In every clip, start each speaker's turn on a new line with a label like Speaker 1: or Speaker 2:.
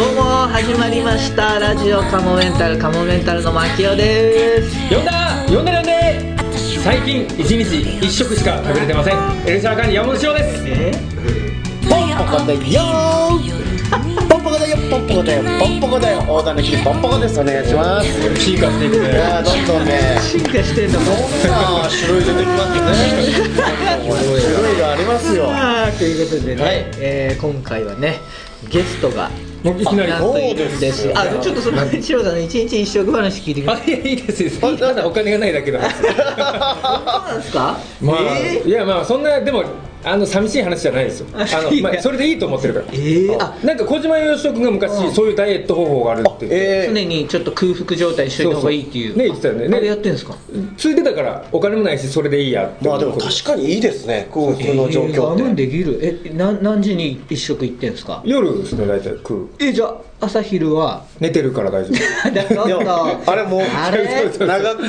Speaker 1: 始まりましたラジオカモメンタルカモメンタルの牧雄です
Speaker 2: 呼んだ呼んで呼んで最近一日一食しか食べれてませんエルシャーカーニ山本翔です
Speaker 1: え
Speaker 3: ポンポコだよポンポコだよポンポコだよポンポコだよ大田の日ポンポコですお願いします
Speaker 2: 進化していく
Speaker 3: い
Speaker 2: ね
Speaker 3: やーどんどんね
Speaker 1: 進化してんの
Speaker 3: どんな種類出てきますね種類がありますよ
Speaker 1: まあということでね、
Speaker 3: はい
Speaker 1: えー今回はねゲストが
Speaker 2: もういきなり
Speaker 1: なんとい
Speaker 3: そううんで
Speaker 1: ですす
Speaker 3: よ
Speaker 1: あちょっとその一郎さんの一日一食話聞いてくだ
Speaker 2: あ
Speaker 1: さい
Speaker 2: いやいいですいいですただお金がないだけの話
Speaker 1: そうなんですか、
Speaker 2: まあ、
Speaker 1: えー
Speaker 2: いやまあそんなでもあの寂しい話じゃないですよ あの、まあ、それでいいと思ってるから
Speaker 1: えーあ
Speaker 2: なんか小島よしお君が昔、そういうダイエット方法があるって言って
Speaker 3: え
Speaker 1: 常にちょっと空腹状態にしといた方がいいっていう
Speaker 2: そうそうね言ってたよねね
Speaker 1: あれやってんですか
Speaker 2: ついてたからお金もないしそれでいいやって
Speaker 3: ーまあでも確かにいいですね空腹の状況
Speaker 1: えー我慢
Speaker 3: って
Speaker 1: できるえな何時に一食行ってんですか
Speaker 2: 夜ですね大体食う
Speaker 1: えじゃあ朝昼は
Speaker 2: 寝てるから大丈夫
Speaker 1: だか
Speaker 3: いやあれもう
Speaker 1: あ
Speaker 3: 長
Speaker 1: れ
Speaker 3: く長く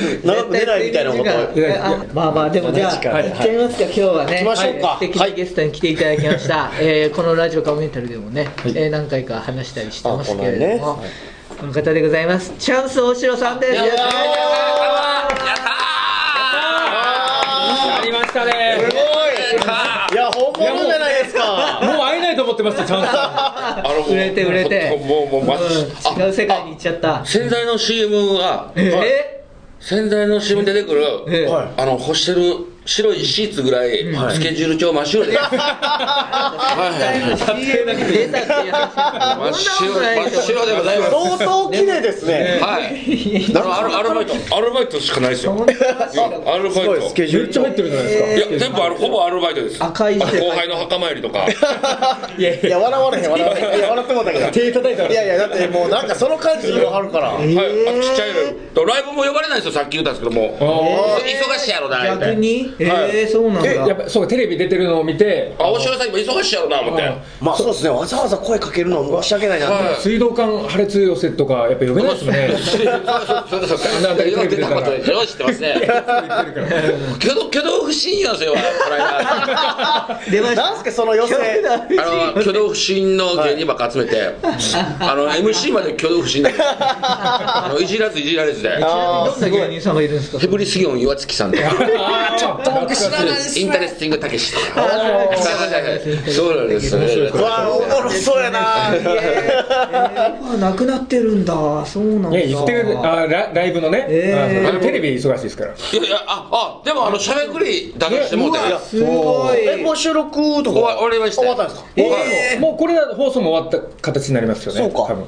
Speaker 3: 寝ないみたいなこと
Speaker 2: いやい
Speaker 1: あ
Speaker 2: や
Speaker 1: まあまあでもじゃあ
Speaker 3: 同じから
Speaker 1: 行っちゃいますか今日はね
Speaker 3: 行きましょうか
Speaker 1: はい素敵
Speaker 3: は
Speaker 1: ないゲストに来ていただきましたえーこのラジオカモメンタルでもねえー何回か話したりしてますけれど
Speaker 3: あこの
Speaker 1: も
Speaker 3: ね
Speaker 1: この方でございますチャンス大城さんですよろしくお願いし
Speaker 2: ありましたね
Speaker 3: すごいいや本物じゃないですか
Speaker 2: もう会えないと思ってましたちゃんと
Speaker 4: あの
Speaker 1: ます売れて売れて
Speaker 4: もうもうもうマジ
Speaker 1: うん違う世界に行っちゃった
Speaker 4: 洗剤の CM が
Speaker 1: え
Speaker 4: 洗剤の CM 出てくる、
Speaker 1: え
Speaker 3: はい
Speaker 4: あの干してる白いシーツぐらい、スケジュール帳真っ白で、はい
Speaker 1: 出たっていう話
Speaker 4: 真っ
Speaker 1: そんなこと
Speaker 4: 白
Speaker 1: ない
Speaker 4: 真
Speaker 1: で
Speaker 4: っ
Speaker 1: しょ
Speaker 4: 白でございます
Speaker 3: 相当綺麗ですね
Speaker 4: はいあのアルアルバイトアルバイトしかないですよアルバ
Speaker 3: す
Speaker 4: イ
Speaker 3: ごい
Speaker 4: ト
Speaker 3: スケジュー
Speaker 2: めっ
Speaker 3: ル
Speaker 2: ちゃ入ってるじゃないですか、
Speaker 4: いや全部あるほぼアルバイトです
Speaker 1: 赤い世
Speaker 4: あの
Speaker 1: 界
Speaker 4: 後輩の墓参りとか
Speaker 2: いやい
Speaker 3: いや笑われへん笑われ へんいや笑ってもうたけど
Speaker 2: 手叩いたら
Speaker 3: いやいやだってもうなんかその感じ言わはるから
Speaker 4: はい、あとちっちゃいのライブも呼ばれないですよさっき言ったんですけども
Speaker 2: あ
Speaker 4: 忙しいやろな言うて
Speaker 1: 逆に
Speaker 4: はい
Speaker 1: えーそうなん
Speaker 2: ーえや
Speaker 1: だ
Speaker 2: っぱそうかテレビ出てるのを見て
Speaker 4: あ大城さん今忙しいやろな思って、
Speaker 2: はい
Speaker 3: まあそうですねわざわざ声かけるのは申し訳ないなって
Speaker 4: はい
Speaker 2: 水道管破裂寄せとかやっぱ呼べないですもんね
Speaker 4: そうそうそう。なんかよう出たことでしょ知ってますね。けど挙動不審やんすよ。この間
Speaker 1: 出まし
Speaker 3: なんすかその寄せ
Speaker 4: あの挙動不審の芸人ばっか集めて、あの MC まで挙動不審なんですよあのいじらずいじられずで。
Speaker 3: あー
Speaker 1: どんな
Speaker 3: すご
Speaker 1: 芸
Speaker 3: い
Speaker 1: 人さんがいるんですか
Speaker 4: ヘブリスギオン岩月さんとか、
Speaker 2: ちょっと僕知らない
Speaker 4: インタレスティングたけしとか。そうなんですね。
Speaker 3: うわあおもろそうやな
Speaker 1: あなくなってるんだそうなんだ
Speaker 2: や言ってくれてあラライブのね、
Speaker 1: えー
Speaker 2: あのテレビ忙しいですから
Speaker 4: いやいやああでもあのしゃべくりだけしてもうて。
Speaker 1: すごい
Speaker 3: えもう収録とか
Speaker 4: 終わ終わりました
Speaker 3: 終わったんですか
Speaker 2: えもうこれは放送も終わった形になりますよね
Speaker 3: そうか
Speaker 2: 多分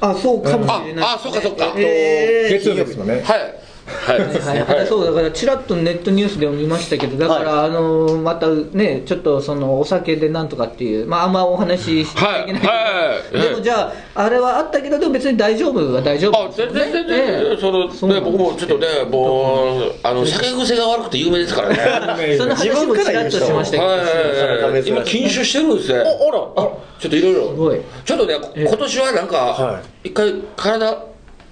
Speaker 1: あそうかも
Speaker 4: あ
Speaker 1: しれない
Speaker 4: あそうかそうか。
Speaker 1: えー
Speaker 2: 月曜日ですもんね
Speaker 4: はいはい
Speaker 1: はいはい、そうだからちらっとネットニュースでも見ましたけどだから、あのーまたねちょっとそのお酒でなんとかっていうまああんまお話ししちゃいけないけど、
Speaker 4: はいはい
Speaker 1: でもじゃああれはあったけどでも別に大丈夫は大丈夫
Speaker 4: あ全然全然、
Speaker 1: ね
Speaker 4: その
Speaker 1: そうな
Speaker 4: ね
Speaker 1: んです
Speaker 4: 僕もちょっとねもうあの酒癖が悪くて有名ですからねはい
Speaker 1: その話もちらっとしましたけど、
Speaker 4: はいは
Speaker 3: 珍
Speaker 4: い
Speaker 3: しい
Speaker 4: 今禁酒してるんですね
Speaker 3: おあら
Speaker 4: ちょっといろい
Speaker 1: すご
Speaker 4: ろ
Speaker 1: い
Speaker 4: ちょっとねこ
Speaker 1: ええ
Speaker 4: 今年はなん
Speaker 3: は
Speaker 4: か一回体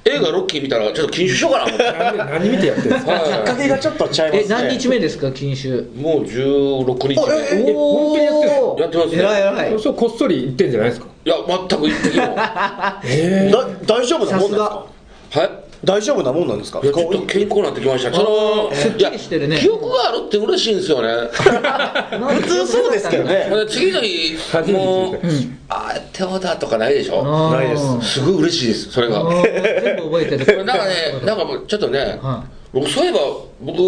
Speaker 4: 映画ロッキー見たらちょっと禁酒しようかな思って
Speaker 2: 何何見てやってるんですか
Speaker 3: きっかけがちょっとちゃいま
Speaker 1: え
Speaker 3: すね
Speaker 1: 何日目ですか禁酒
Speaker 4: もう16日目
Speaker 2: え本当にやってる
Speaker 1: おー
Speaker 4: やってますね
Speaker 1: 偉い偉い
Speaker 2: そうこっそり言ってんじゃないですか
Speaker 4: いや全く一滴もは
Speaker 3: だ大丈夫な
Speaker 1: さ
Speaker 3: もん
Speaker 1: す
Speaker 3: なんです
Speaker 1: が
Speaker 3: か
Speaker 4: い
Speaker 3: 大丈夫なもんなんですか
Speaker 4: いやちょっと健康になってきましたその
Speaker 1: すっきりしてるね
Speaker 4: いや記憶があるって嬉しいんですよね
Speaker 1: 普
Speaker 3: 普通そうですけどね
Speaker 4: で次の日
Speaker 2: 初
Speaker 4: も
Speaker 2: め
Speaker 4: う
Speaker 2: てです
Speaker 4: あー手だとかないでしょ
Speaker 3: ないです
Speaker 4: すごい嬉しいですそれが
Speaker 1: 全部覚えてる
Speaker 4: なんか ねなんかもうちょっとね
Speaker 1: は
Speaker 4: 僕そういえば僕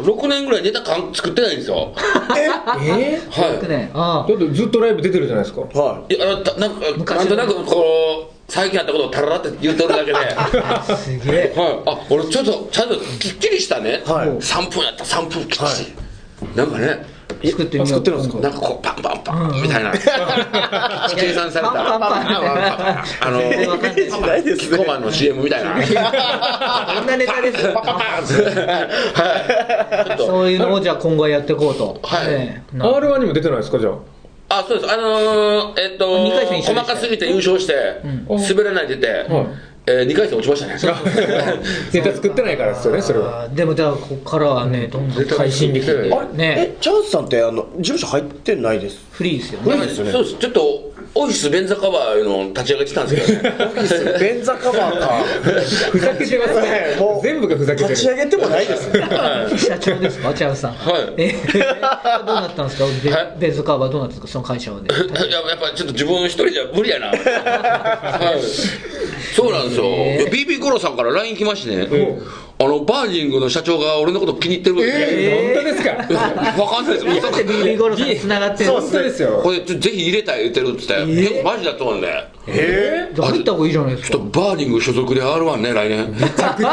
Speaker 4: 6年ぐらいネタかん作ってないんですよ
Speaker 2: え
Speaker 1: い
Speaker 4: は
Speaker 1: ねあ
Speaker 2: ちょっとずっとライブ出てるじゃないですか
Speaker 3: はい
Speaker 4: いいやあのたなんか
Speaker 1: 昔
Speaker 4: なんとなくこう最近あったことをタララって言って るだけではい
Speaker 1: あすげえ
Speaker 4: あ俺ちょっとちゃんときっちりしたね
Speaker 3: はい
Speaker 4: 3分やった3分きっちりなんかね
Speaker 1: 作ってみよう
Speaker 3: 作ってるんですか
Speaker 4: なんかこうパンパンパン みたいな計算された
Speaker 1: パンパンパン
Speaker 4: ああの
Speaker 1: 全然 わかんないです
Speaker 3: ないで
Speaker 4: キッコーマンの CM みた いな
Speaker 1: こんなネタですよ
Speaker 4: はいちょっと
Speaker 1: そういうのをじゃあ今後はやっていこうと
Speaker 4: はい
Speaker 1: ねえな
Speaker 2: R1 にも出てないですかじゃあ
Speaker 4: あそうですあのー、えっと
Speaker 1: 二回戦一緒でしたよ
Speaker 4: 細かすぎて優勝して、滑らないでて、
Speaker 2: はい
Speaker 4: えー、2回戦落ちましたね
Speaker 2: ネタ作ってないからですよねそれは
Speaker 1: あーでもじゃあここからはねどんどん
Speaker 2: 配信できて
Speaker 4: る
Speaker 3: あれ
Speaker 1: ね
Speaker 3: えチャンスさんってあの事務所入ってないです
Speaker 1: フリーですよ
Speaker 3: フリ
Speaker 1: ね
Speaker 3: ーですよね
Speaker 4: そうですちょっとオフィス便座カバーいうのを立ち上げてたんです けどね
Speaker 3: 便座カバーか
Speaker 2: ふざけてますね
Speaker 3: もう
Speaker 2: 全部がふざけて
Speaker 3: 立ち上
Speaker 2: る
Speaker 3: げてもない です
Speaker 1: 社長ですか、チャウさん。
Speaker 4: はい
Speaker 1: えどうなったんですか、ベ
Speaker 4: はい
Speaker 1: ベンズカーバーどうなったんですか、その会社はね。
Speaker 4: いややっぱちょっと自分一人じゃ無理やな、はい、そうなんですよ、
Speaker 1: えー
Speaker 4: いや BB 五郎さんから LINE 来ましてね、あのバージングの社長が俺のこと気に入ってるみたいで
Speaker 2: 本当ですか
Speaker 4: わかんないです
Speaker 1: だってビビゴロさんに繋がってる
Speaker 3: そうっ
Speaker 2: 本当ですよ
Speaker 4: これちょっとぜひ入れたい言ってるって言って、結構マジだと思うんで
Speaker 3: え
Speaker 1: 入った方がいいじゃないです
Speaker 4: ち
Speaker 1: か
Speaker 4: ょっとバーニング所属で R1 ね来年
Speaker 2: めっちゃ面白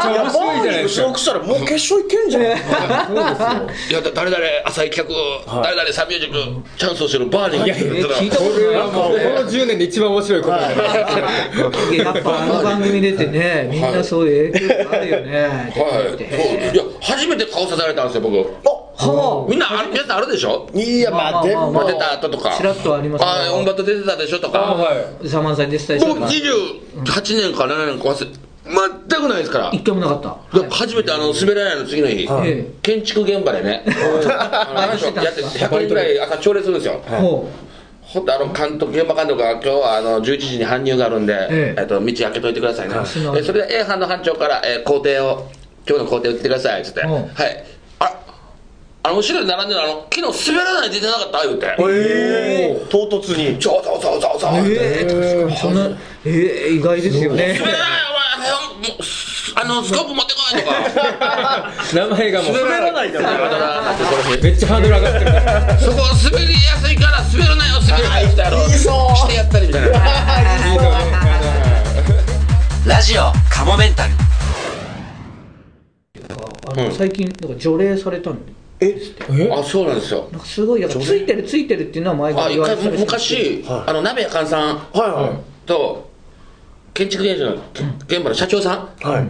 Speaker 2: いじゃないですか
Speaker 3: 所属したらもう決勝いけんじゃん
Speaker 4: いやだ誰々浅い企画、誰々サンミュージックチャンスをしてるバーニング
Speaker 2: いや
Speaker 4: って言ってた
Speaker 1: 聞いたこ
Speaker 2: これはもう
Speaker 1: と
Speaker 2: こ
Speaker 1: ない
Speaker 2: の10年で一番面白いことだね
Speaker 1: いややっぱあの番組出てねみんなそういう影響があるよね
Speaker 4: はいそういや初めて顔刺されたんですよ僕
Speaker 1: は
Speaker 4: みんなあ皆さんあるでしょ
Speaker 3: いいやまあで
Speaker 1: まあまあまあ
Speaker 4: まあ
Speaker 3: も
Speaker 4: 出た後とか
Speaker 1: ちらっとありますね
Speaker 4: あ音楽出てたでしょと か
Speaker 2: は
Speaker 1: あサマンさんに出てたりし
Speaker 4: 僕
Speaker 1: たから
Speaker 4: 28年か7年か忘れ全くないですから
Speaker 1: 一回もなかった
Speaker 4: で初めてあの滑らないの次の
Speaker 1: い
Speaker 4: 日、
Speaker 1: ええ
Speaker 4: 建築現場でね、あの話をやって100人ぐらい朝朝礼するんですよ、
Speaker 1: も
Speaker 4: ほんとあの監督現場監督が今日はあの11時に搬入があるんで、
Speaker 1: え
Speaker 4: え
Speaker 1: え
Speaker 4: っと道開けといてくださいね、
Speaker 1: あ素直に
Speaker 4: えそれで A 班の班長から、えー工程を今日の工程を言ってくださいっつって、
Speaker 1: うん
Speaker 4: はいああの後ろに並んでるあの昨日滑らない出てなかった言うて、
Speaker 3: ええ唐突に
Speaker 4: ちょそうそうそうそう、
Speaker 1: うええそんなええ意外ですよね
Speaker 4: 滑らないお前もうすあのスコープ持ってこいとか
Speaker 2: い名前がもう
Speaker 4: 滑
Speaker 3: らないだろ
Speaker 4: 滑らないってその日
Speaker 2: めっちゃハードル上がってる
Speaker 4: そこ滑りやすいから滑るなよ滑るなよみたいなの
Speaker 3: いいぞ
Speaker 4: してやったりみたいな
Speaker 5: ラジオカモメンタル
Speaker 1: あの最近なんか除霊されたんで
Speaker 4: あそうなんですよ
Speaker 1: なんかすごいやっぱついてるついてるっていうのは前か
Speaker 4: あ
Speaker 1: ら
Speaker 4: 一
Speaker 1: 言われ
Speaker 4: 回
Speaker 1: てたり
Speaker 4: む
Speaker 1: しますけど
Speaker 4: 昔、あの鍋屋かんさ
Speaker 3: は
Speaker 4: ん
Speaker 3: いは
Speaker 4: と建築現場の現場の社長さん
Speaker 3: いはい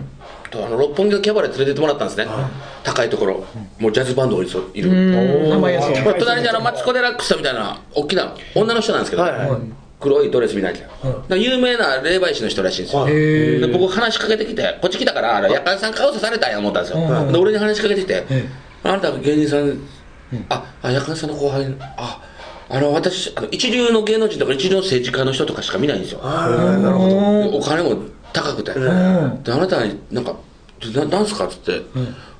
Speaker 4: とあの六本木のキャバレー連れてってもらったんですね、高いところもうジャズバンドがいるいる
Speaker 1: うん名前やそう
Speaker 4: まあ隣にあのマツコ・デラックスさんみたいな大きな女の人なんですけど、
Speaker 3: はいはい
Speaker 4: 黒いドレスみたいな、だから有名な霊媒師の人らしいんですよ、
Speaker 3: はい
Speaker 4: で僕話しかけてきてこっち来たからあの夜間さん顔刺されたんや思ったんですよ、
Speaker 1: うん
Speaker 4: で俺に話しかけてきて、
Speaker 1: え
Speaker 4: あなたが芸人さん、ああ夜間さんの後輩ああの私あの一流の芸能人とか一流の政治家の人とかしか見ないんですよ、
Speaker 3: はいなるほど
Speaker 1: お
Speaker 4: お金も高くて、
Speaker 1: ん
Speaker 4: であなたになんかななんすかっつって、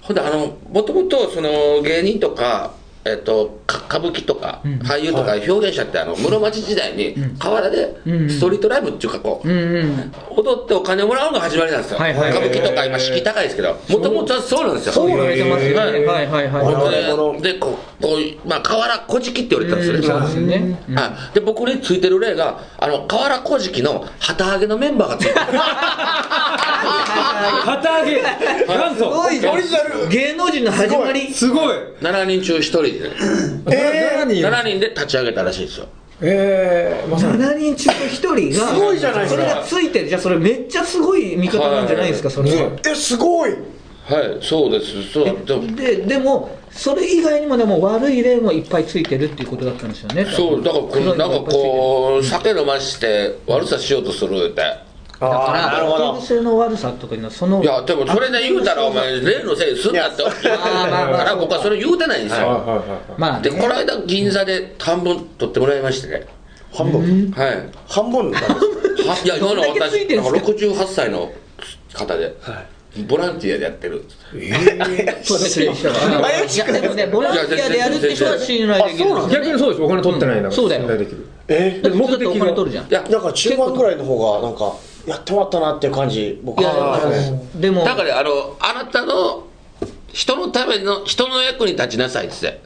Speaker 4: ほんであのもともとその芸人とかえっと、か歌舞伎とか俳優とか表現者ってあの室町時代に河原でストリートライブっていうかこう
Speaker 1: ーうんうん
Speaker 4: 踊ってお金をもらうのが始まりなんですよ
Speaker 1: は
Speaker 4: 歌
Speaker 1: いはい
Speaker 4: 舞伎とか今敷居高いですけどもともとはそうなんですよ
Speaker 1: そう言われてますよね
Speaker 4: えー
Speaker 1: はいはいはい
Speaker 3: 我々
Speaker 4: ででこうこうまあ河原小敷って言われてたんですよね
Speaker 1: そうですよね
Speaker 4: はい、で僕についてる例があの河原小敷の旗揚げのメンバーがついてる
Speaker 2: 旗揚げ元
Speaker 1: すごい
Speaker 2: 祖
Speaker 1: オリジナル芸能人の始まり
Speaker 2: すごい
Speaker 4: 7人中1人で
Speaker 2: ええ
Speaker 4: 7人で立ち上げたらしいですよ
Speaker 2: ええまさに
Speaker 1: 7人中の1人が
Speaker 3: すごいじゃないです
Speaker 1: そ
Speaker 3: か
Speaker 1: れがついてるじゃあそれめっちゃすごい見方なんじゃないですかそれは
Speaker 3: えすごい
Speaker 4: はいそうですそうでも
Speaker 1: ででもそれ以外にもでも悪い例もいっぱいついてるっていうことだったんですよね
Speaker 4: そうだからこ
Speaker 1: 黒
Speaker 4: う
Speaker 1: い
Speaker 4: な
Speaker 1: の
Speaker 4: ん
Speaker 1: がいっ
Speaker 4: か
Speaker 1: ぱいついてる
Speaker 4: こう酒飲まして悪さしようとするって
Speaker 1: だから
Speaker 3: なるほど
Speaker 1: 動物の悪さとかいうのはその
Speaker 4: いやでもそれで言うたらお前例のせいにすんなって思うか
Speaker 1: あーまあまあ
Speaker 4: ら僕はそれ言うてないんですよ
Speaker 1: まあ
Speaker 4: で
Speaker 1: ね
Speaker 4: この間銀座で半分取ってもらいましてね
Speaker 3: 半分
Speaker 4: はい
Speaker 3: 半分だ
Speaker 4: はいや今の
Speaker 1: どんだけつ
Speaker 4: 私
Speaker 1: いてんすか
Speaker 4: 68歳の方でボランティアでやってる
Speaker 1: そうですよいやでもねボランティアでやるって人は信頼できるんですよ
Speaker 2: 逆にそうでしょお金取ってないんだから
Speaker 1: そうだよ
Speaker 2: 信頼できる
Speaker 3: え
Speaker 1: だってずっとお金取るじゃん
Speaker 4: いや
Speaker 3: なんか中盤ぐらいの方がなんかやって終わったなっていう感じ僕
Speaker 1: いやだから
Speaker 3: は
Speaker 1: でも
Speaker 4: だからあのあなたの人のための人の役に立ちなさいっつって、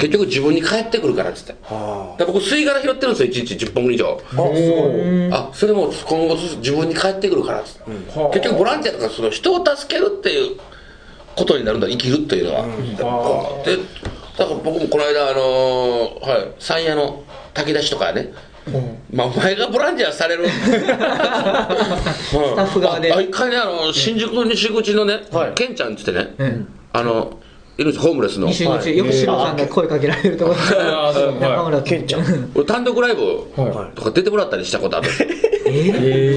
Speaker 4: 結局自分に返ってくるからっつってだか
Speaker 3: あ
Speaker 4: ら僕吸い殻拾ってるんですよ1日10本以上、
Speaker 3: あすごい
Speaker 4: あそれも今後自分に返ってくるからっつって、結局ボランティアとかその人を助けるっていうことになるんだ生きるっていうのは、でだから僕もこの間あのーはい山谷の炊き出しとかね、まあ、お前がボランティアされ るス
Speaker 1: スタッフ側で
Speaker 4: あ一回ねあの新宿西口のね、
Speaker 3: はい
Speaker 4: ケンちゃんっつってね、
Speaker 1: ん
Speaker 4: あのいいるんですホームレスの
Speaker 1: 西口、よくシロさんが声かけられる ところ で
Speaker 2: あーそう
Speaker 1: 中村
Speaker 3: ケンちゃん
Speaker 1: 君
Speaker 4: 俺単独ライブ
Speaker 2: は
Speaker 4: とか出てもらったりしたことあるんですよ
Speaker 1: え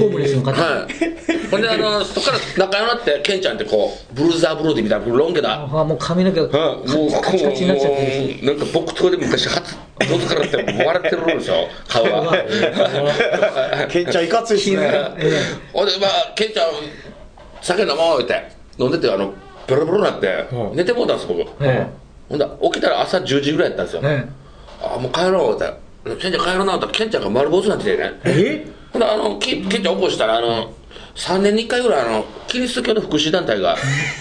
Speaker 1: ーホームレスの方、
Speaker 4: はいほんであのそっから仲良くなってケンちゃんってこうブルーザーブルーディみたいなロン毛だ
Speaker 1: あもう髪の毛が
Speaker 4: は
Speaker 1: カ
Speaker 4: い、もうここ
Speaker 1: チカチになっちゃってるし
Speaker 4: もうなんか僕とこで昔はどつからって笑ってるでしょ顔は
Speaker 3: ケンちゃんいかついしね
Speaker 4: ほんでまあケンちゃん酒飲もうって飲んでてあのベロベロになって
Speaker 2: うん
Speaker 4: 寝てもうたんです僕
Speaker 1: え
Speaker 4: ほんで起きたら朝10時ぐらいやったんですよ
Speaker 1: ええ
Speaker 4: あもう帰ろうってケンちゃん帰ろうなってケンちゃんが丸坊主になっててね
Speaker 2: いえ
Speaker 4: ほんであのケケンちゃん起こしたらあの3年に1回ぐらいあのキリスト教の福祉団体 が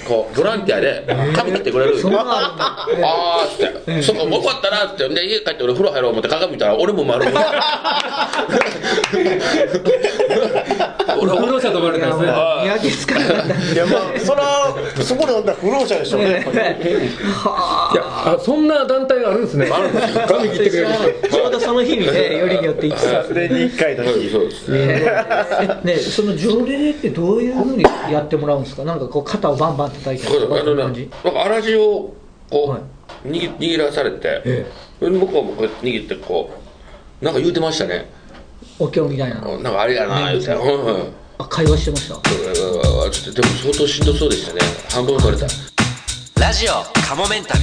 Speaker 4: こうボランティアで髪切ってくれる
Speaker 1: えそんなのあるんだ
Speaker 4: あーって、そこ終わったなって、で家帰って俺風呂入ろう思って鏡見たら俺も丸坊主。
Speaker 2: 俺不老者と思われたんですね
Speaker 1: 見分けつかなかったん
Speaker 3: いやまあそれはそこで飲んだら不老者でしょうねやっぱり
Speaker 1: で
Speaker 2: いやあそんな団体があるんですね
Speaker 4: あるんで すよ
Speaker 2: 髪切ってくれる人
Speaker 1: ちょうどその日にねよりによって行ってたん
Speaker 3: それに1回だけ
Speaker 4: そう です。
Speaker 1: ねその条例ってどういうふうにやってもらうんですかなんかこう肩をバンバン叩いて
Speaker 4: これあのね
Speaker 1: 感じ
Speaker 4: なんか粗塩を
Speaker 1: は
Speaker 4: こ
Speaker 1: いう
Speaker 4: 握握らされて
Speaker 1: え、
Speaker 4: 僕はもうこうやって握ってこうなんか言うてましたね。
Speaker 1: お経みたいな
Speaker 4: なんかあれやな言うて。うんうん。
Speaker 1: あ会話してました
Speaker 4: うんちょっとでも相当しんどそうでしたね。半分取れた。
Speaker 5: ラジオカモメンタル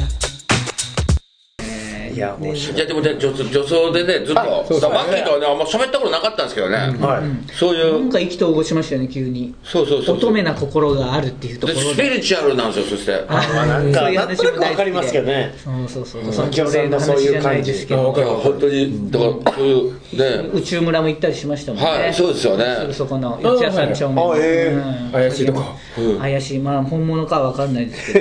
Speaker 3: いや面白い
Speaker 4: いやでもね女女装でねずっと。マ
Speaker 3: あ
Speaker 4: ッキ
Speaker 3: そう
Speaker 4: ー
Speaker 3: そう
Speaker 4: とはねあんま喋ったことなかったんですけどね。
Speaker 3: はい
Speaker 4: そうい
Speaker 1: なん
Speaker 4: う
Speaker 1: か意気投合しましたよね急に
Speaker 4: そうそうそう。
Speaker 1: 乙女な心があるっていうとこ
Speaker 4: で
Speaker 1: ろ
Speaker 4: ス
Speaker 1: で
Speaker 4: ピリチュアルなんですよそして。
Speaker 1: あ
Speaker 3: な
Speaker 1: ー
Speaker 3: ん
Speaker 1: そ
Speaker 3: か
Speaker 1: ういう
Speaker 3: なん
Speaker 1: 話
Speaker 3: と
Speaker 1: も
Speaker 3: なくわかりますけどね
Speaker 1: 大好きでそうそうそうその
Speaker 3: 秋
Speaker 1: 条
Speaker 3: 葉さ
Speaker 1: 例
Speaker 3: ん
Speaker 1: の
Speaker 3: のそう
Speaker 1: 話
Speaker 3: いう
Speaker 1: じゃないですけ
Speaker 2: あ
Speaker 1: ど
Speaker 2: わか
Speaker 4: い
Speaker 2: る
Speaker 4: や本当にだからそういうね
Speaker 1: 宇宙村も行ったりしましたもんね
Speaker 4: はいそうですよね
Speaker 1: すぐそこの四谷三丁目の
Speaker 3: あへえ
Speaker 1: うん
Speaker 2: 怪しいとこ
Speaker 4: うん
Speaker 1: 怪しいまあ本物かは分かんないですけ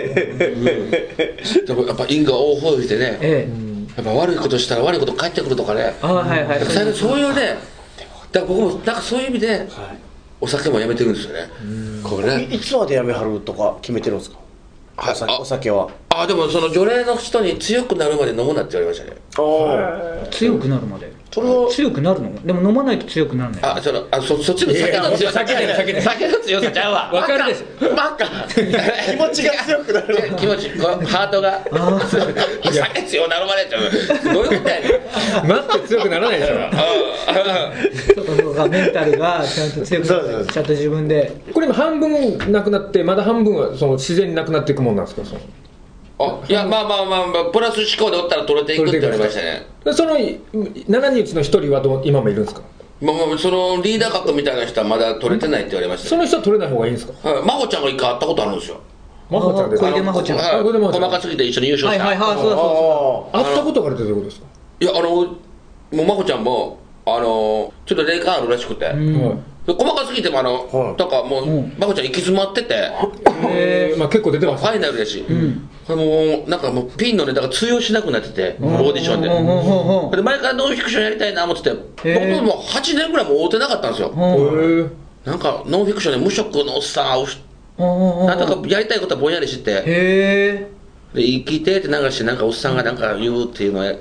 Speaker 1: ど
Speaker 4: でもやっぱ因果応報してね
Speaker 1: ええ
Speaker 4: やっぱ悪いことしたら悪いこと返ってくるとかね
Speaker 1: ああはいはい
Speaker 4: 最近そういうねだから僕もなんかそういう意味でお酒もやめてるんですよねこれね
Speaker 3: いいつまでやめはるとか決めてるんですか
Speaker 4: はい
Speaker 3: お酒
Speaker 4: あ
Speaker 3: お酒は
Speaker 4: あでもその除霊の人に強くなるまで飲むなって言われましたね
Speaker 1: 強くなるまで
Speaker 3: それは
Speaker 1: 強くなるのでも飲まないと強くならない
Speaker 4: あそのあそそっちの酒の強さ
Speaker 2: いやいや酒で酒で
Speaker 4: 酒の強さちゃうわ
Speaker 2: わかるです
Speaker 4: バカ
Speaker 3: 気持ちが強くなる
Speaker 4: 気持ちこうハートが酒強なるまでってどういうことやね ん
Speaker 2: 待って強くならないでしょ
Speaker 1: ちょっと僕がメンタルがちゃんと強くな
Speaker 3: そうそう
Speaker 1: っ
Speaker 3: そう
Speaker 1: てちゃんと自分で
Speaker 2: これ今半分なくなってまだ半分はその自然になくなっていくもんなんですかその
Speaker 4: あいやまあまあまあ、まあ、プラス思考でおったら取れていくって言われましたね
Speaker 2: でその7人うちの1人はどう今もいるんですか
Speaker 4: まあまあそのリーダー格みたいな人はまだ取れてないって言われました
Speaker 2: その人は取れない方がいいんですか
Speaker 4: はい真帆ちゃんが一回会ったことあるんですよ
Speaker 2: まほちゃんで
Speaker 1: 小
Speaker 2: す
Speaker 1: 出真帆ちゃん
Speaker 4: は
Speaker 2: あ
Speaker 4: い
Speaker 2: 小出真帆ちゃん
Speaker 4: 細かすぎて一緒に優勝
Speaker 1: は
Speaker 4: し
Speaker 1: い
Speaker 4: た、
Speaker 1: はいはいそうだそう
Speaker 3: あ
Speaker 2: 会ったことがあるってどういうことですか
Speaker 4: いやあのもう真帆ちゃんもあのちょっと霊感あるらしくて、
Speaker 1: だうん
Speaker 2: はい
Speaker 4: で細かすぎてもあの、
Speaker 3: はい
Speaker 4: なんかもう、
Speaker 1: うん
Speaker 4: 真帆ちゃん行き詰まってて
Speaker 2: えーまあ、結構出てま
Speaker 4: フ
Speaker 2: すね
Speaker 4: ァイナルやし、これもうなんかもうピンのネタが通用しなくなってて、オーディションで、
Speaker 1: ほんほんほんほん
Speaker 4: で前からノンフィクションやりたいな思ってて僕
Speaker 1: へー
Speaker 4: もう8年ぐらいもう会うてなかったんですよ
Speaker 1: ほんほん
Speaker 2: へ
Speaker 4: なんかノンフィクションで無職のおっさん会うし
Speaker 1: ほんほん
Speaker 4: なんとかやりたいことはぼんやりしてて
Speaker 1: へえ
Speaker 4: で生きてって流してなんかおっさんがなんか言うっていうので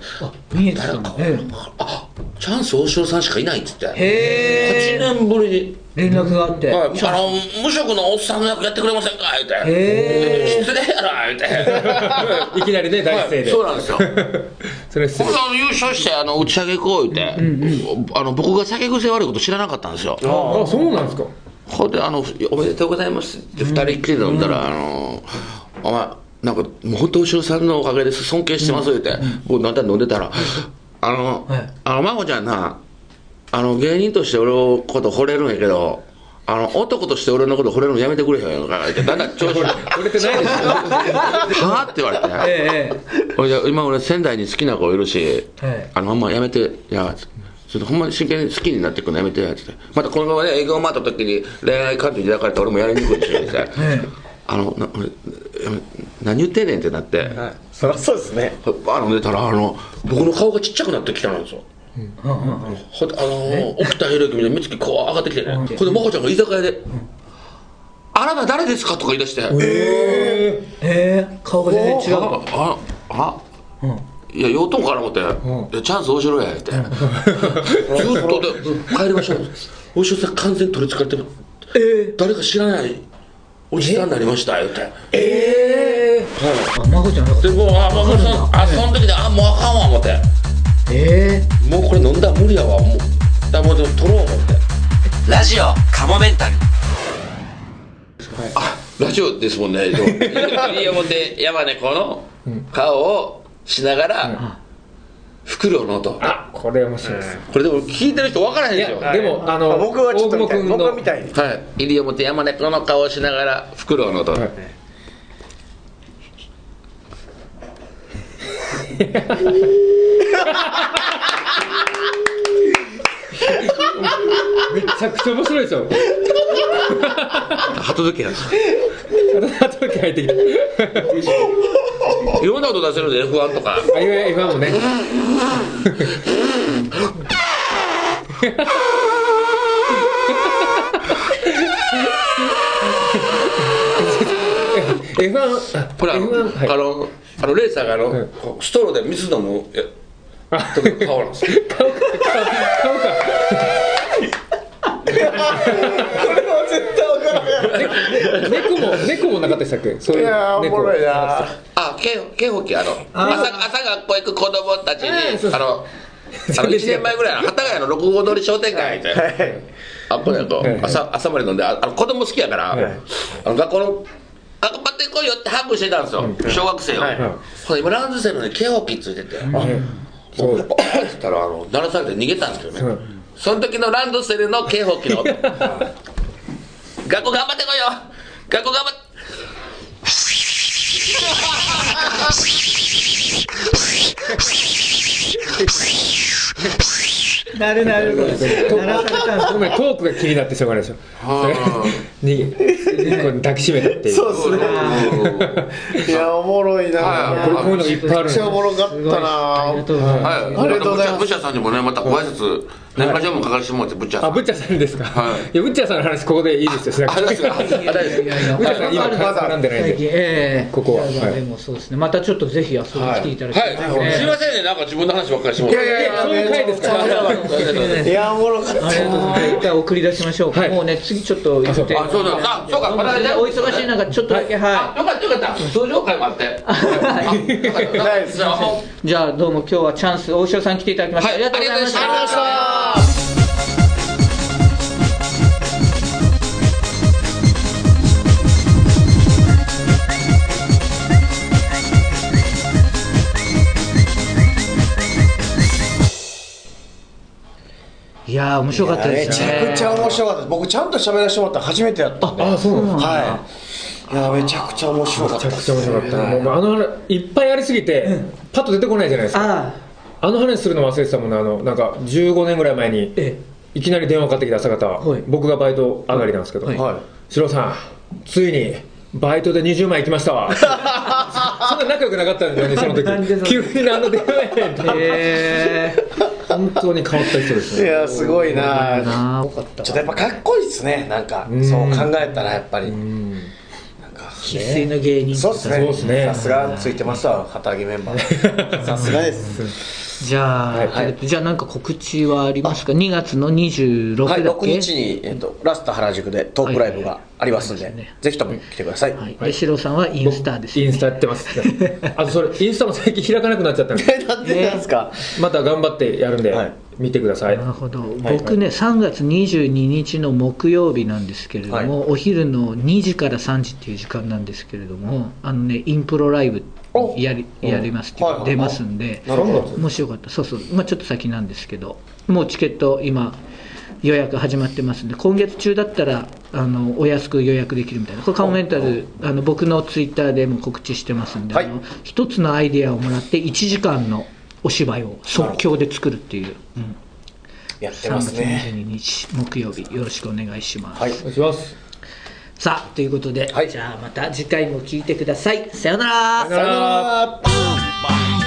Speaker 1: 見えてた
Speaker 4: 誰
Speaker 1: んだ
Speaker 4: か
Speaker 1: え
Speaker 4: あチャンス大城さんしかいないっつって
Speaker 1: えへ
Speaker 4: 8
Speaker 1: え
Speaker 4: 年ぶり
Speaker 1: 連絡があって
Speaker 4: に、はい、あ
Speaker 1: へ
Speaker 4: の無職のおっさんの役やってくれませんか言うて
Speaker 1: え
Speaker 4: 失礼やろ言うて
Speaker 2: ーいきなりね大勢で、
Speaker 4: そうなんですよ
Speaker 2: それ失
Speaker 4: 僕
Speaker 2: 礼
Speaker 4: ら優勝してあの打ち上げ行こう言うて、あの僕が酒癖悪いこと知らなかったんですよ
Speaker 2: あそうなんですか
Speaker 4: ほんであの「おめでとうございます」って二人っきりで飲んだら「あのお前なんかもう本当お城さんのおかげです尊敬してます」言うて、僕なんだ飲んでたら「あの、
Speaker 1: はい
Speaker 4: あの真帆ちゃんなあの芸人として俺のこと惚れるんやけどあの男として俺のこと惚れるのやめてくれへんか」ってだんだん 調子が
Speaker 2: 取れてないですよ
Speaker 4: はあ?」って言われて。
Speaker 1: ええ
Speaker 4: 俺じゃあ今俺仙台に好きな子いるし、
Speaker 1: はい
Speaker 4: あのほんまやめていやちょっとほんまに真剣に好きになってくのやめてやつってまたこのままね営業回った時に恋愛感情抱かれたら俺もやりにくいしって
Speaker 1: え
Speaker 4: あのな俺やめ何言ってんねんってなって、
Speaker 3: あそりゃそうですね
Speaker 4: バー飲んでたらあの僕の顔がちっちゃくなってきたんですよ
Speaker 1: うんうんうん
Speaker 4: ほんであの沖田博之みたいな目つきこう上がってきてねほんで真帆ちゃんが居酒屋で「あなた誰ですか?」とか言い出して「
Speaker 1: ええ顔が全然違う
Speaker 4: あああいや養豚かな思って、いやチャンス大城やって、 ずっとで帰りましょう大城さん完全に取りつかれてる
Speaker 1: え
Speaker 4: 誰か知らないおじさんになりました言って
Speaker 1: えええあ孫じゃなかっ
Speaker 4: でもうあもうもうそのあその時であもうあかんわ思って
Speaker 1: たえ
Speaker 4: もうこれ飲んだら無理やわもうだからもう取ろう思って
Speaker 5: ラジオカモメンタル
Speaker 4: ラジオですもんね。でも いい表山猫の顔をしながら、袋の音。こ
Speaker 2: あこれ面白いです、
Speaker 4: れでも聞いてる人分からへんでしょ。
Speaker 2: いやでもあの
Speaker 6: あ僕はちょっと見たい
Speaker 2: 大久保君の
Speaker 6: 僕は見たい
Speaker 4: はい。西表山猫の顔をしながら、袋の音。
Speaker 2: めちゃくちゃ面白いですよ
Speaker 4: 鳩時計やん。
Speaker 2: 後々入ってきた
Speaker 4: いろんな音出せるで、F1 とか。
Speaker 2: あ今今も ねえ F1 あ
Speaker 4: これあの、
Speaker 2: F1 はい
Speaker 4: あの、あのレーサーがあの、
Speaker 2: はい
Speaker 4: こうストローで水飲む や時の顔なんですよ。
Speaker 2: 買うか
Speaker 6: は絶対分からない
Speaker 2: 猫も猫もなかったでしたっけそう
Speaker 6: い
Speaker 2: いう
Speaker 6: やーお
Speaker 2: 猫
Speaker 6: もろいな
Speaker 4: あ、警報警報器あの朝朝学校行く子供たちに
Speaker 2: あーそうそう
Speaker 4: あ のあの1年前ぐらいの幡ヶ谷の六号通り商店街みたいな、あこれやと
Speaker 2: はい
Speaker 4: 朝朝まで飲んでああの子供好きやから、あの学校の学校ってこいよってハグしてたんですよ、小学生を、ほんで今ランドセルに警報器ついてて、あ
Speaker 2: そう
Speaker 4: やっぱあっつったらあの鳴らされて逃げたんですけどね、その時のランドセルの警報器 の音学校頑張ってこいよ学校頑張って
Speaker 1: えなるなる鳴らされたんです
Speaker 2: ごめんトークが気になってしょうがないでしょ逃げ猫に抱きしめたっていう
Speaker 6: そうっすねいやおもろいな
Speaker 4: はい
Speaker 2: これこういうのいっぱいあ
Speaker 6: め
Speaker 2: るん
Speaker 6: っ
Speaker 2: です
Speaker 6: ちゃおもろかった
Speaker 1: すごいありが
Speaker 6: な
Speaker 1: とうございます、
Speaker 4: はい、
Speaker 6: ありがとうございます
Speaker 4: ブッチャーさんにもね、またご挨拶、年賀状も書かれてもらって、ブッチャーさ
Speaker 2: あ
Speaker 4: ん。
Speaker 2: ブッチャさんですか、
Speaker 4: はい
Speaker 2: いやブッチャさんの話ここでいいですよしなくて
Speaker 4: あ、大丈夫ですか。あ大丈夫
Speaker 1: い
Speaker 4: で
Speaker 1: やいや
Speaker 2: ブッチャさん今絡んでないん
Speaker 1: 最
Speaker 2: で
Speaker 1: 近ええ
Speaker 2: ここは
Speaker 1: じゃあ
Speaker 2: はい
Speaker 1: でもそうですねまたちょっとぜひ遊びに来ていただき
Speaker 4: すか。
Speaker 1: たいですね、
Speaker 4: はい、すいませんね、なんか自分の話ばっかりしてもらって。
Speaker 6: いやいや
Speaker 2: そういう回ですから
Speaker 1: せん
Speaker 6: いやおもろかった
Speaker 1: ありがとうございます。一回送り出しましょう。
Speaker 2: はい
Speaker 1: もうね、次ちょっと言って。
Speaker 4: あ、そうだ、あ、そうか、また
Speaker 1: お忙しい中、ちょっとだけ、
Speaker 4: あ、
Speaker 1: は
Speaker 4: よかった、よかった、通常会もあって。あよかった
Speaker 6: ナイス
Speaker 4: じゃあもう
Speaker 1: い。じゃあ、どうも今日はチャンス、大塩さん来ていただきました。
Speaker 4: は
Speaker 1: あ
Speaker 4: い
Speaker 1: りがとうございまし
Speaker 4: ありがとうございました
Speaker 1: た。いやー、面白かった
Speaker 6: め
Speaker 1: です
Speaker 6: ち
Speaker 1: ね。
Speaker 6: ゃくちゃ面白かったです僕ちゃんと喋らせてもらったの初めてやったんで
Speaker 2: あそうなんですか
Speaker 6: はいいやめちゃくちゃ面白かった
Speaker 2: めちゃくちゃ面白かった、もうあのいっぱいありすぎて、パッと出てこないじゃないですか
Speaker 1: あ
Speaker 2: あの話するの忘れてたもんねあのなんか15年ぐらい前に
Speaker 1: え
Speaker 2: いきなり電話かかってきた朝方、
Speaker 1: はい
Speaker 2: 僕がバイト上がりなんですけど「
Speaker 1: はい
Speaker 6: はい
Speaker 2: 四郎さんついにバイトで20万いきまし たわ」そんな仲良くなかったんだよねその
Speaker 1: なんでそん
Speaker 2: 時
Speaker 1: な
Speaker 2: 急にあの電話 やねん
Speaker 1: あ。へえ。
Speaker 2: 本当に変わった人です
Speaker 6: い
Speaker 2: ね
Speaker 6: やすごいな
Speaker 1: ああ、よかった。
Speaker 6: ちょっとやっぱかっこいいですねなんかそう考えたらやっぱり
Speaker 1: 生粋の芸人。
Speaker 6: そうですね
Speaker 2: そうっすね
Speaker 6: さすがついてますわ旗揚げメンバーさすがです
Speaker 1: じゃあ、
Speaker 6: はい
Speaker 1: じゃあなんか告知はありますか ?2 月の26だっ
Speaker 6: は
Speaker 1: け、
Speaker 6: い6日に、えっと、ラスタ原宿でトークライブがありますんで、
Speaker 1: はいはいはい
Speaker 6: ぜひとも来てください、
Speaker 1: はい、で、シロさんはインスタです、
Speaker 2: イ
Speaker 1: ね。
Speaker 2: ンスタやってますあとそれインスタも最近開かなくなっちゃったんで
Speaker 6: えなんでなんですか、
Speaker 2: また頑張ってやるんで、
Speaker 6: はい
Speaker 2: 見てください
Speaker 1: なるほど、
Speaker 2: い
Speaker 1: 僕ね、3月22日の木曜日なんですけれども、
Speaker 6: はい
Speaker 1: お昼の2時から3時っていう時間なんですけれども、あのね、インプロライブ
Speaker 6: お
Speaker 1: やりやりますっていう
Speaker 6: はい
Speaker 1: か、
Speaker 6: はい
Speaker 1: 出ますんで、
Speaker 6: なるほど
Speaker 1: もしよかったら、そうそう、まあ、ちょっと先なんですけど、もうチケット、今、予約始まってますんで、今月中だったら、あのお安く予約できるみたいな、これ、カモメンタル、あの僕のツイッターでも告知してますんで、
Speaker 6: はい
Speaker 1: あの一つのアイデアをもらって、1時間のお芝居を即興で作るっていう。うん
Speaker 6: やって
Speaker 1: 3
Speaker 6: ま
Speaker 1: 月
Speaker 6: すね
Speaker 1: 22日木曜日よろしくお願いします、
Speaker 6: はい
Speaker 2: お願いします
Speaker 1: さあということで、
Speaker 6: はい
Speaker 1: じゃあまた次回も聞いてくださいさようなら
Speaker 6: さよなら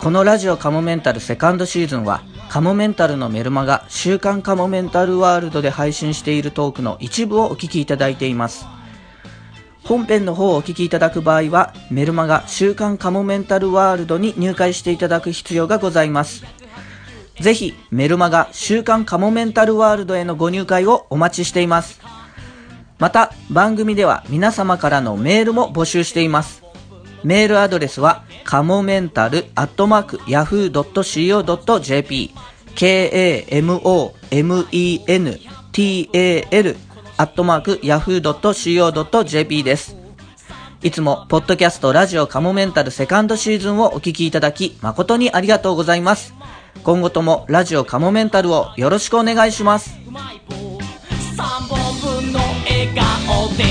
Speaker 7: このラジオカモメンタルセカンドシーズンは、カモメンタルのメルマが週刊カモメンタルワールドで配信しているトークの一部をお聞きいただいています。本編の方をお聞きいただく場合は、メルマが週刊カモメンタルワールドに入会していただく必要がございます。ぜひ、メルマが週刊カモメンタルワールドへのご入会をお待ちしています。また番組では皆様からのメールも募集していますメールアドレスはかもめんたるアットマーク Yahoo.co.jp k-a-m-o-m-e-n-t-a-l アットマーク Yahoo.co.jp ですいつも、ポッドキャストラジオカモメンタルセカンドシーズンをお聞きいただき、誠にありがとうございます。今後ともラジオカモメンタルをよろしくお願いします。
Speaker 8: うまい棒3本分の笑顔で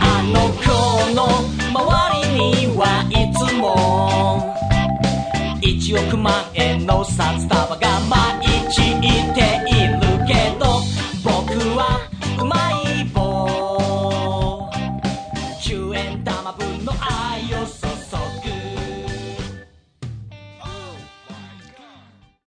Speaker 8: あの子の周りにはいつも1億万円の札束